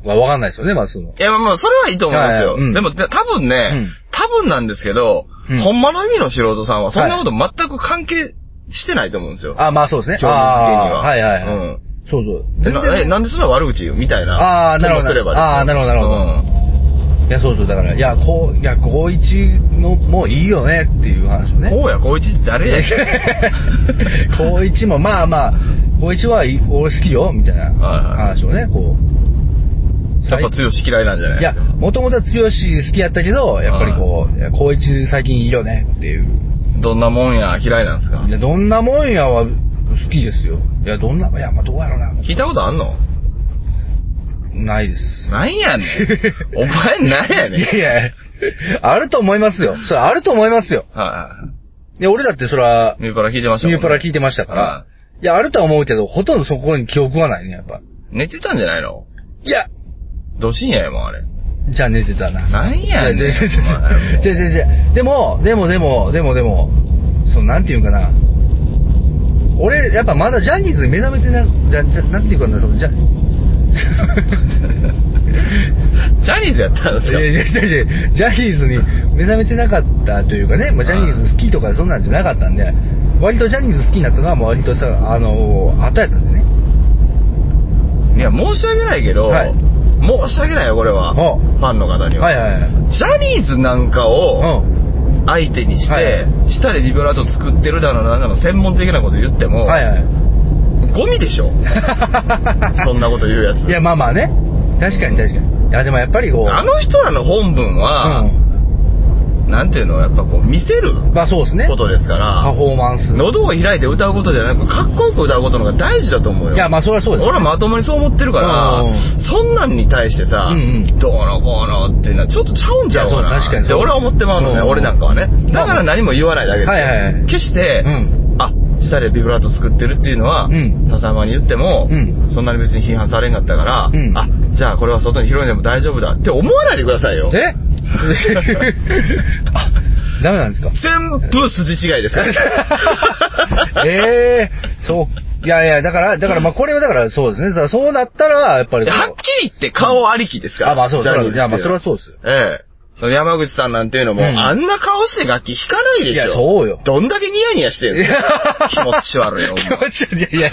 S2: はわかんないですよね、まずその。
S1: いや、まあまあ、それはいいと思いますよ。
S2: はいうん
S1: でも、で多分ね、
S2: うん
S1: 多分なんですけど、
S2: うん
S1: ほんまの意味の素人さんは、そんなこと全く関係してないと思うんですよ。
S2: あ、まあそうですね。
S1: 興味事
S2: あ
S1: 件には。
S2: ーはいはいはい。
S1: うん
S2: そうそう。
S1: で
S2: 全
S1: なえ、
S2: 然、ね。
S1: なんでそれは悪口言うみたいな。
S2: あーなるほ
S1: とも
S2: ど
S1: すればですよ
S2: あーなるほどなるほどいや、そうそう。だから、いや、こう、いや、高一の、もういいよねっていう話を
S1: うん
S2: ね。
S1: こうや、こういちって誰や
S2: 高一も、まあまあ、高一はいい俺好きよ、みたいな話をね、こう。
S1: やっぱ強し嫌いなんじゃない
S2: いや、もともとは剛好きやったけど、やっぱりこういや、高一最近いいよねっていう。
S1: どんなもんや嫌いなんですか
S2: いや、どんなもんやは好きですよ。いや、どんな、いや、まあ、どうやろうな。
S1: 聞いたことあんの
S2: ないです。
S1: なんやねん。 お前なんやねん。
S2: いやいや、あると思いますよ。それあると思いますよ。
S1: はいはい
S2: や、俺だってそれは、
S1: い。ミューパラ聞いてましたもんね
S2: ニューパラ聞いてましたか
S1: は
S2: ら。いや、あるとは思うけど、ほとんどそこに記憶はないね、やっぱ。
S1: い寝てたんじゃないの
S2: いや、
S1: ど深夜やもん、あ れ。
S2: じゃあ寝てたな。
S1: なんやねん
S2: じゃじゃじ
S1: お前もう
S2: ゃじゃじゃでも、でもでも、でもでも、そのなんていうんかな。俺、やっぱまだジャニーズに目覚めてな、じゃ、じゃ、なんていうかな、その、じゃ、
S1: ジャニーズやったんです
S2: い
S1: か
S2: やいやいやいやジャニーズに目覚めてなかったというかね、まあ、ジャニーズ好きとかそんなんじゃなかったんで、割とジャニーズ好きになったのは、もう割とさ、あの、後やったんでね。
S1: いや、申し訳ないけど、
S2: はい
S1: 申し訳ないよ、これは。
S2: お
S1: ファンの方には。
S2: はいはいはい。
S1: ジャニーズなんかを
S2: う
S1: 相手にして、
S2: はい
S1: 下でビブラート作ってるだの、なんだの、専門的なこと言っても、
S2: ん。はい はい。
S1: ゴミでしょ。 そんなこと言うやつ。
S2: いや、まあまあね。確かに確かに。いや、でもやっぱりこう。
S1: あの人らの本文は、
S2: う
S1: なんていうの、やっぱこう、見せる
S2: ん。まあそうですね。
S1: ことですか
S2: パ
S1: ら、
S2: フォーマンス。
S1: 喉を開いて歌うことじゃなく、かっこよく歌うことの方が大事だと思うよ。
S2: いや、まあそれはそうです。
S1: 俺はまともにそう思ってるから、
S2: うん
S1: そんなんに対してさ、
S2: うんうん
S1: どうのこうのっていうのはちょっとちゃうんちゃうか
S2: いやそ
S1: な
S2: う確かに
S1: って俺は思ってまうのね、
S2: うん
S1: 俺なんかはねだから何も言わないだけで、
S2: はいはいはい
S1: 決して、
S2: うん
S1: あ下でビブラート作ってるっていうのは、
S2: うん
S1: 笹山に言っても、
S2: うん
S1: そんなに別に批判されんかったから、
S2: うん
S1: あじゃあこれは外に広いでも大丈夫だって思わないでくださいよ
S2: え あ、ダメなんですか
S1: 全部筋違いですから
S2: ええそう。いやいや、だから、だから、まあこれはだからそうですね。だからそうなったら、やっ ぱりこう。
S1: はっきり言って顔ありきですから。
S2: あ、まあそう
S1: ジャニーズって
S2: じゃあまあそれはそうですよ。
S1: ええ。その山口さんなんていうのも、
S2: うん
S1: あんな顔して楽器弾かないでしょ。
S2: いやそうよ
S1: どんだけニヤニヤしてるん
S2: い
S1: です
S2: や
S1: か 気持ち悪いよ。お前
S2: 気持ち悪い。いやい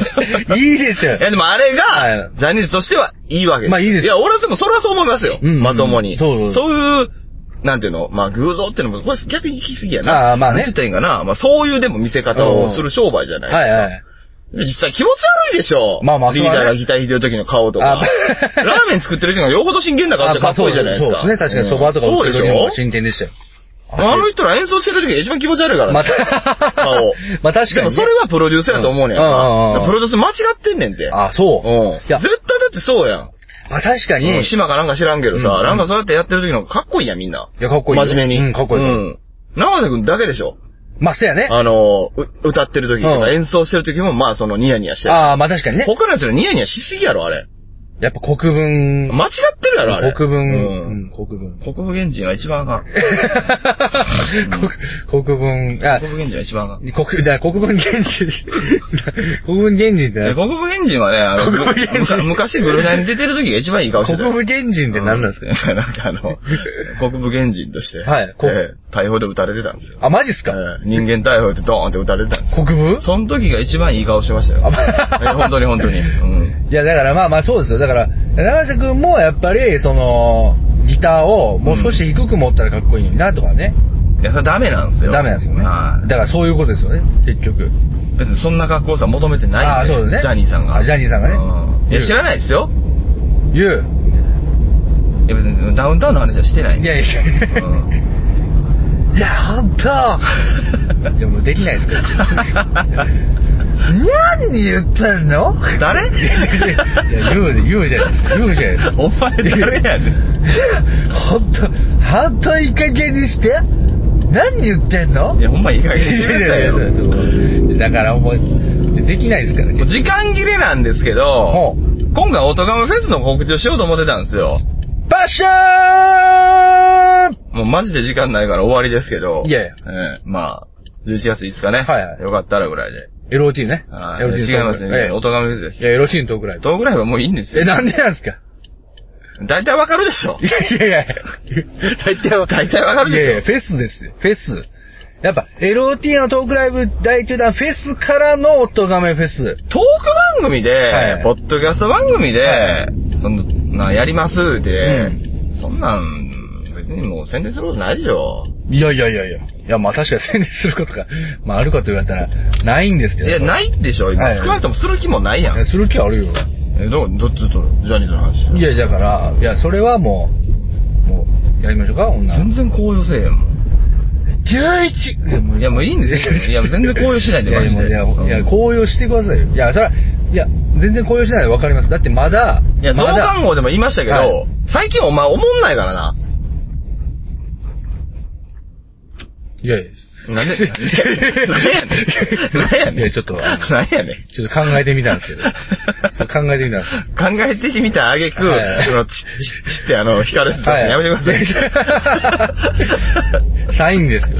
S2: や、いいですよ
S1: い。やでもあれが、
S2: はい
S1: ジャニーズとしてはいいわけです。
S2: まあいいです
S1: いや、俺はでもそれはそう思いますよ。
S2: うんうん
S1: まともに。
S2: そうそう
S1: いう、なんていうのまあ偶像っていうのも、これ逆に行き過ぎやな。
S2: ああまあ
S1: な
S2: ね
S1: んて言ったらいいんかな。まあそういうでも見せ方をする商売じゃないですか。
S2: はいはい。
S1: 実際気持ち悪いでしょ。
S2: まあまあそ
S1: リー
S2: れはね
S1: ダーがギター弾いてる時の顔とか。
S2: あまあ
S1: ラーメン作ってる時のよほど真剣な顔してかっこいいじゃないですか。
S2: あまあそうですそうですね。確かにそばとか
S1: そうでし
S2: 時も
S1: ょ
S2: 真剣でしたよ。
S1: あの人ら演奏してる時が一番気持ち悪いからね。
S2: また
S1: 顔。
S2: まあ確かにね
S1: でもそれはプロデューサーやと思うねやん
S2: うんうんうんう
S1: か
S2: ん。
S1: プロデューサー間違ってんねんて。
S2: あ、そ
S1: ん。
S2: うう。
S1: 絶
S2: いや
S1: 対だってそうやん。
S2: まあ確かに、
S1: うん島かなんか知らんけどさ、
S2: うん
S1: なんかそうやってやってる時の方がかっこいいやん、みんな。
S2: いやかっこいいよ
S1: 真面目に。
S2: うんかっこいい
S1: うん。長瀬くんだけでしょ。
S2: まあそうやね。
S1: あの、う歌ってる時と
S2: うん
S1: か演奏してる時も、まあそのニヤニヤしてる。
S2: ああ、まあ確かにね。
S1: 他のやつらニヤニヤしすぎやろ、あれ。
S2: やっぱ国分。
S1: 間違ってるやろ、あれ。
S2: 国分、
S1: う
S2: うん
S1: ん。
S2: 国分。
S1: 国分原人が一番あかん。
S2: 国国分、あ、
S1: 国分原人が一番あかん。
S2: 国、 だ国分原人。国分原人って
S1: え
S2: 何
S1: 国分原人はね、あの、
S2: 国分原人
S1: むか昔グルナイに出てる時が一番いい顔して
S2: 国
S1: たよ。
S2: 分原人って何なんですか、
S1: か なんかあの、国分原人として、
S2: はいこ
S1: ええ逮捕で撃たれてたんですよ。
S2: あ、マジっすか、
S1: ええ人間逮捕でドーンって撃たれてたんですよ。
S2: 国分
S1: その時が一番いい顔してましたよ。
S2: あ
S1: ええ本当に本当に。うん。
S2: いや、だからまあまあそうですよ。だから、長瀬くんもやっぱり、その、ギターをもう少し低く持ったらかっこいいのになとかね。
S1: いや、それダメなんですよ。
S2: ダメなんですよね。
S1: は
S2: だからそういうことですよね、結局。
S1: い。別にそんな格好さ求めてないんで。
S2: ああそうだね
S1: ジャニーさんが。
S2: あジャニーさんがね
S1: うんいや、知らないですよ。
S2: 言う。
S1: いや、別にダウンタウンの話はしてないん
S2: い
S1: で。
S2: やいやいや。
S1: うん
S2: いや、ほんとでもできないですから。何言ってんの
S1: 誰
S2: いや、言う、言うじゃないですか。言うじゃないですか。
S1: お前誰やねん。
S2: ほんと、ほんといい加減にして。何言ってんの
S1: いや、ほんまいい加減にしてくださいよ。
S2: よ。だからもう、できないですから
S1: もう
S2: ね。
S1: 時間切れなんですけ
S2: ほ
S1: ど、
S2: う。
S1: 今回オトガメフェスの告知をしようと思ってたんですよ。
S2: パッション
S1: もうマジで時間ないから終わりですけど。
S2: いやいや
S1: ええまあ、11月5日ね。
S2: はいはい
S1: よかったらぐらいで。
S2: !LOT ね。
S1: はい
S2: LOT のトーク
S1: 違います
S2: え
S1: ね。
S2: え
S1: オトガメフェス
S2: い
S1: で
S2: や、LOT のトークライ
S1: す。
S2: ブ。
S1: トークライブはもういいんです
S2: え、
S1: よ。
S2: なんでなんですか
S1: 大体わかるでしょ
S2: い。やいやいや。大体わか
S1: 大体わかる
S2: い
S1: でしょ
S2: やいや、フェスですよ。フェス。やっぱ、LOT のトークライブ大球団フェスからの音ガメフェス。
S1: トーク番組で、
S2: はい
S1: ポッドキャスト番組で、そのなやりますで、そんなん、別にもう宣伝することないでしょ。
S2: いやいやいやいや。いや、まあ確かに宣伝することが、 まああるかと言われたら、ないんですけ
S1: い
S2: ど。。
S1: や、ないいでしょ。今
S2: はい
S1: 少なくともする気もないやん。
S2: する気はあるよ。
S1: え、ど、どっちと、ジャニーズの話。
S2: いや、だから、いや、それはもう、もう、やりましょうか、女。
S1: 全然高揚せえへんもん。
S2: 11! いや、も
S1: いや、もういいんですよ。いや、全然高揚しないで、
S2: いや
S1: マジで。
S2: いやもういや、いや
S1: うん
S2: 高揚してくださいよ。いや、それは、いや、全然高揚しないでわかります。だってまだ、
S1: いや、増
S2: まだ
S1: 刊号でも言いましたけど、
S2: はい
S1: 最近お前思んないからな。
S2: いやいや、
S1: なんで、 なんやねん。なんやねん。
S2: いやちょっとあの
S1: なんやねん。
S2: ちょっと考えてみた んですけど。そう考えてみたんですよ
S1: 考えてみたあげく、そ
S2: はい
S1: の、ち、ち、ちってあの、光るやつ出すの
S2: はい
S1: やめてください。
S2: サインですよ。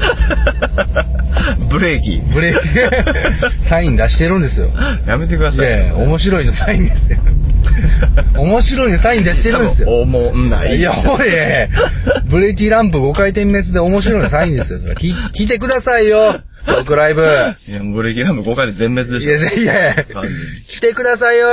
S1: ブレーキ。
S2: ブレーキ、サ イン出してるんですよ。
S1: やめてくだ
S2: い
S1: さい。
S2: やいや、面白いのサインですよ。面白いのサイン出してるんですよ。
S1: 多分おもん ない。
S2: いや、おい、ブレーキランプ5回転滅で面白いのサインですよ。き聞いてくださいよ、トークライブ。いや
S1: いや、ブレーキランプ5回で全滅でし
S2: い
S1: た。
S2: やいや、
S1: 完全に
S2: 来てくださいよ。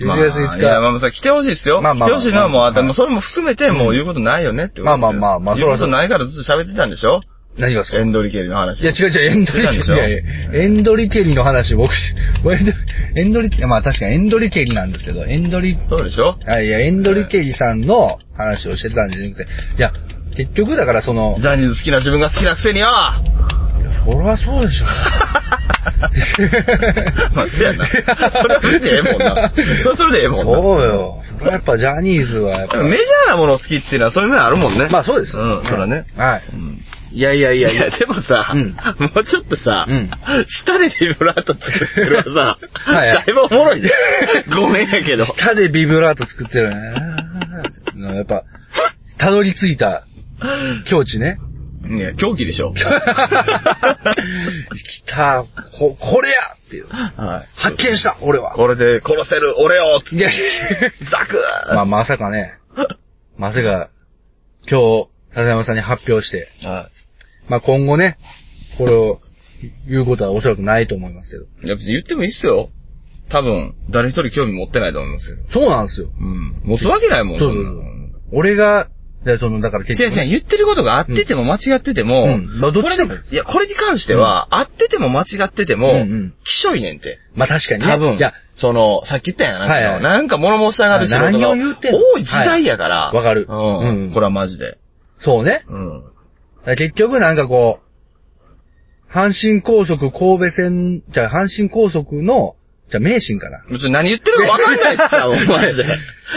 S2: 11
S1: まあ
S2: 月5
S1: いや、まあ
S2: 日。
S1: まあ、来てほしいですよ。
S2: まあまあ
S1: 来てほしいのはもう、
S2: まあ
S1: あでもそれも含めて、もう言うことないよねってことですよ
S2: まあまあまあまあ
S1: 言うこ
S2: そ
S1: と
S2: らそ
S1: ないからずっと喋ってたんでしょ
S2: 何がですか
S1: エンドリケリの話。
S2: いや、違う違う、エンドリ
S1: してたんで
S2: ケ
S1: しょ
S2: リ。いやいやエンドリケリの話、僕、エンドエンドリケリ、まあ確かにエンドリケリなんですけど、エンドリ、
S1: そうでしょ
S2: あいや、エンドリケリさんの話をしてたんじゃなくて、いや、結局だからその、
S1: ジャニーズ好きな自分が好きなくせによ
S2: 俺はそうで しょ。
S1: まあ、そやな。それはそれでええもんな。それはそれでええもんな。
S2: そうよ。それはやっぱジャニーズはやっぱ。
S1: メジャーなもの好きっていうのはそういう面あるもんね。
S2: まあそうですよ
S1: うん、そらね。
S2: はい。
S1: うん
S2: いやいやい
S1: いや
S2: や
S1: い
S2: い
S1: や、
S2: や。
S1: でもさ、
S2: うん
S1: もうちょっとさ、
S2: うん
S1: 舌でビブラート作ってるはさ、
S2: はいはい
S1: だいぶおもろいね。ごめんやけど。
S2: 舌でビブラート作ってるね。やっぱ、たどり着いた境地ね。
S1: いや、狂気でし ょ。
S2: 来た、こ、これやっていう。
S1: はい。
S2: 発見した、俺は。
S1: これで殺せる俺をつ
S2: いや
S1: ザク
S2: まあまさかね、まさか、今日、笹山さんに発表して、
S1: は
S2: まあ今後ね、これを言うことはおそらくないと思いますけど。
S1: い。いや、別に言ってもいいっすよ。多分、誰一人興味持ってないと思いますよ。
S2: そうなんですよ。
S1: うん。持つわけないもん。
S2: そうそうそ
S1: んな
S2: う
S1: の
S2: 俺が、でその、だから結
S1: 違う
S2: 局ね、
S1: 違う、言ってることが合ってても間違ってても、
S2: うんまあどっちでも
S1: これいや、これに関しては、合ってても間違ってても、
S2: うんうん
S1: きしょいねんて。
S2: まあ確かにね。
S1: 多分
S2: いや、、
S1: その、さっき言ったやんなんか、
S2: はいはい
S1: なんか物申し上がる仕事
S2: 何
S1: が
S2: を言うてんの
S1: 多い時代やから。
S2: はいわかる
S1: うん。
S2: うんうん
S1: これはマジで。
S2: そうね。
S1: うん。
S2: だから結局なんかこう、阪神高速神戸線、じゃあ阪神高速の、じゃあ名神かな。
S1: 別に何言ってるか分かんないっすよ、 もうマジで。
S2: い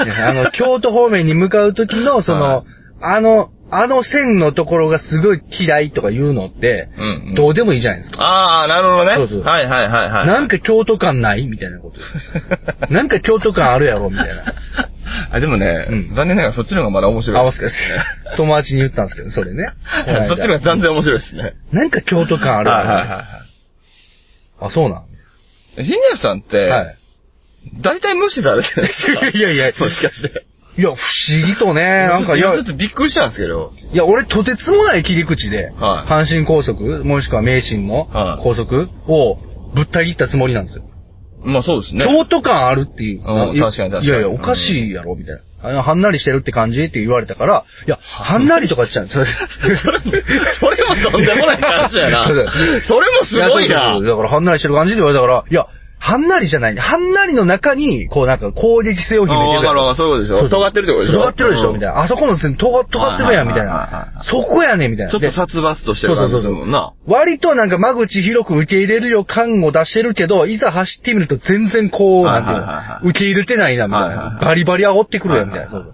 S2: やあの、京都方面に向かう時の、そ
S1: は
S2: の、あの、あの線のところがすごい嫌いとか言うのって、
S1: うんうん
S2: どうでもいいじゃないですか。
S1: ああ、なるほどね。
S2: そうそう
S1: はいはいはいはい。
S2: なんか京都感ないみたいなこと。なんか京都感あるやろみたい な。
S1: あ、でもね、
S2: うん
S1: 残念ながらそっちの方がまだ面白
S2: 合
S1: い
S2: わ
S1: で
S2: せ
S1: す
S2: です。友達に言ったんですけど、それね。この間
S1: そっちの方が断然 面白いですね。
S2: なんか京都感あ
S1: はい
S2: る
S1: はい
S2: や
S1: は
S2: ろ
S1: いは
S2: あ、そうなん
S1: い。ジュニアさんって、
S2: はい。
S1: 大体無視されてないですか
S2: いやいや
S1: もしかして。
S2: いや、不思議とね、なんか、い
S1: ちょ
S2: や
S1: っと、ちょっとびっくりしたんですけど。
S2: いや、俺とてつもない切り口で、
S1: はい
S2: 阪神高速、もしくは名神の
S1: はい
S2: 高速をぶった切ったつもりなんですよ。
S1: まあそうですね。
S2: 京都感あるっていう。
S1: うん
S2: いや
S1: 確かに確かに
S2: いやいや、おかしいやろ、みたいな。あのはんなりしてるって感じって言われたから、いや、はんなりとか言っち ゃうんですよ。
S1: それも、それもとんでもない話やな。そうれ
S2: そだよ
S1: もすごい
S2: や
S1: な
S2: そうそうそう。だから、はんなりしてる感じで言われたから、いや、はんなりじゃない。はんなりの中に、こうなんか攻撃性を秘めて
S1: あ
S2: る。
S1: わかるわかるそういうことでしょ尖ってるってことでしょ
S2: 尖ってるでしょみたいな。あそこの線尖尖ってるやん、みた
S1: は
S2: い
S1: いはいはい
S2: な。そこやねん、みたいな。
S1: ちょっ
S2: で
S1: と殺伐としてる感じですもんな。
S2: 割となんか間口広く受け入れるよ感を出してるけど、いざ走ってみると全然こう、
S1: はい
S2: なん
S1: はいはいはい
S2: ていうの、受け入れてないな、みたい
S1: はいはいは
S2: な。
S1: い
S2: バリバリ煽ってくるやん、みたいな。
S1: はいはい
S2: そうそう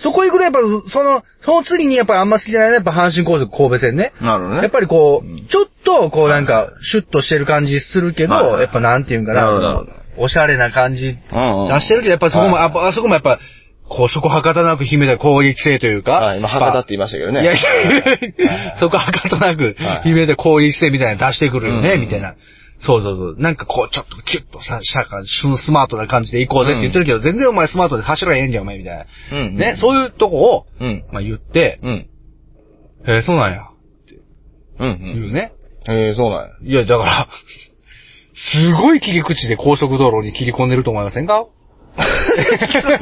S2: そこ行くとやっぱ、その、その次にやっぱりあんま好きじゃないのはやっぱ阪神高速神戸線ね。
S1: なるほどね
S2: やっぱりこ
S1: うん
S2: う、ちょっとこうなんか、シュッとしてる感じするけど、
S1: はいはいはい
S2: やっぱなんていうんか
S1: なるほどなるほ
S2: な
S1: ど、
S2: おしゃれな感じ
S1: うんうん
S2: 出してるけど、やっぱそこも、
S1: はい
S2: やっぱあそこもやっぱ、こう、そこ博多なく秘めた攻撃性というか。
S1: はい、今、博多って言いましたけどね。
S2: いやいやいやそこはかとなく
S1: は、い
S2: イメージでこういう姿勢みたいなの出してくるよ
S1: うんう
S2: ね、
S1: ん
S2: みたいな。そうそうそう。なんかこう、ちょっとキュッとさ、した感じ、旬スマートな感じで行こうぜって言ってるけど、全然お前スマートで走らへんじゃん、お前、みたいな。
S1: うんうん
S2: ね、そういうとこを、
S1: うん。
S2: まあ言って、
S1: うん。
S2: えーそうなんや、
S1: うん。うん。
S2: 言うね。
S1: ええ、そうなんや。
S2: いや、だから、 すごい切り口で高速道路に切り込んでると思いませ んか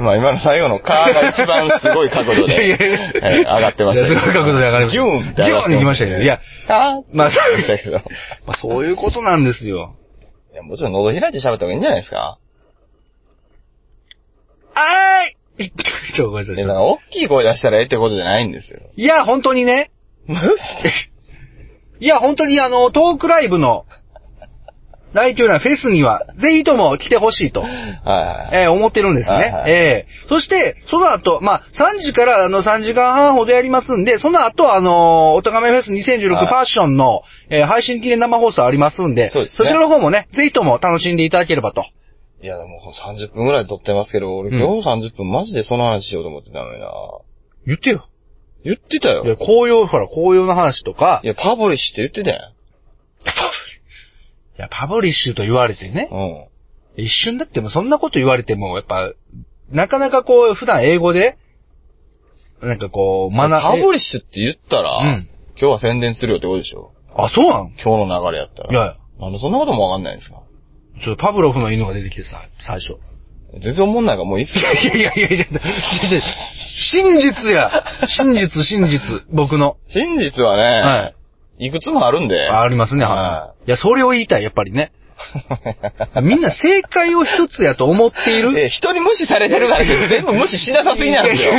S1: まあ今の最後のカーが一番すごい角度で、
S2: いやいやいや
S1: えー上がってました
S2: い
S1: け
S2: や
S1: ど。
S2: すごい角度で上がりました。
S1: ギューンって上
S2: ギュ
S1: がっ
S2: ーン
S1: て
S2: に行きましたけど、いや、
S1: あー
S2: まあ、そ
S1: ましたけど。
S2: まあそういうことなんですよ。
S1: いや、もちろん喉開いて喋った方がいいんじゃないですか
S2: あーい ちょ、ごめんなさ
S1: で
S2: い。
S1: なんか大きい声出したらええってことじゃないんですよ。
S2: いや、本当にね。いや、本当にあの、トークライブの、大というのはフェスには、ぜひとも来てほしいと。
S1: はいはい。
S2: えー思ってるんですね。
S1: はいはい
S2: えーそして、その後、まあ、3時から、あの、3時間半ほどやりますんで、その後、あのー、おとがめフェス2016
S1: はい
S2: パッションの、えー配信記念生放送ありますんで、
S1: そうですね
S2: ちらの方もね、ぜひとも楽しんでいただければと。
S1: いや、もう30分ぐらい撮ってますけど、俺
S2: うん
S1: 今日30分マジでその話しようと思ってたのにな。
S2: 言ってよ。
S1: 言ってたよ。
S2: いや、紅葉、ほら、紅葉の話とか
S1: い、や、パブリッシュって言ってたや
S2: いや、パブリッシュと言われてね、
S1: ん。うん。
S2: 一瞬だってもそんなこと言われても、やっぱ、なかなかこう、普段英語で、なんかこう、学
S1: パブリッ
S2: リッシ
S1: シュって言ったら、
S2: うん
S1: 今日は宣伝するよってことでしょ。
S2: ュあ、そうなの
S1: 今日の流れやったら。
S2: いやいや
S1: なんでそんなこともわかんないんですか
S2: ちょっとパブロフの犬が出てきてさ、最初。
S1: 全然思んないからもういいっすか
S2: いやいやいやいやいやいやいや真実や。真実、真実。僕の。
S1: 真実はね、、
S2: はい
S1: くつもあるんで。
S2: あありますね。
S1: は
S2: はい。いや、それを言いたい、やっぱりね。みんな正解を一つやと思っている。
S1: えー人に無視されてるから って全部無視しなさすぎなんですよ。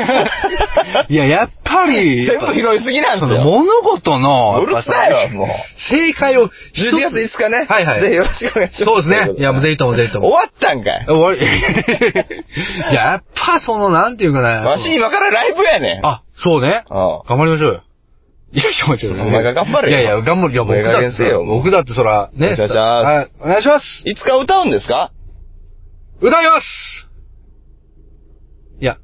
S2: いや、やっぱり。
S1: 全部拾いすぎなん
S2: そ
S1: です
S2: の
S1: よ。
S2: 物事の、
S1: うるさいわもう
S2: 正解を一つ。
S1: 11月5日ね。
S2: はいはい。
S1: ぜひよろしくお願いします。
S2: そうですね。いや、もうぜひともぜひと
S1: 終
S2: も。
S1: わったんかい。
S2: 終わり。い や、やっぱその、なんていうかな。
S1: わし今からライブやねん。
S2: あ、そうね。
S1: うん
S2: 頑張りましょうよ。いや、ちょ、ちょ、お
S1: お前が頑張れ
S2: い
S1: よ
S2: やいや、頑張る。いや、
S1: お
S2: 僕
S1: 前が
S2: だっ
S1: 厳正
S2: て、
S1: よもう
S2: 僕だってそら、ね。
S1: お願いします
S2: はいお願いします。
S1: いつか歌うんですか
S2: 歌いますいや、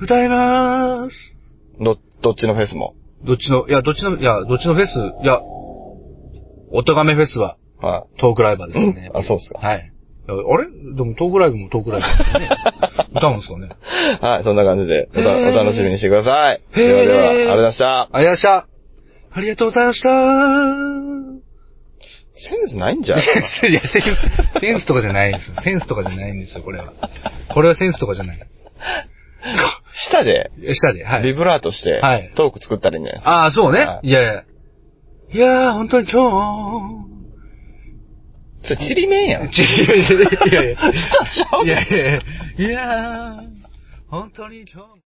S2: 歌いまーす。
S1: ど、どっちのフェスも。
S2: どっちの、いや、どっちの、いや、どっちのフェス、いや、おとがめフェスは、
S1: は
S2: トークライバーです
S1: い。
S2: よね。
S1: あ、そうですか。
S2: はい。いやあれでもトークライブもトークライブで すよね。歌うんですかね。
S1: はい、そんな感じで、おた
S2: へー
S1: お楽しみにしてください。
S2: へー
S1: ではでは、ありがとうございました。
S2: ありがとうございました。ありがとうございました。
S1: センスないんじゃ ん
S2: いや、センス、センスとかじゃないです。センスとかじゃないんですよ、これは。これはセンスとかじゃない。
S1: 舌で、
S2: 下で、は
S1: ビ
S2: い。
S1: ブラートして
S2: はい、
S1: トーク作ったらいいんじゃないですか。
S2: ああ、そうね
S1: は。い
S2: いやいや。いやー、本当に今
S1: それ、ちりめんやん。
S2: 日、ちいやいやいやいやいや
S1: 舌ちゃう
S2: いやいやいや、いやー、本当に今日、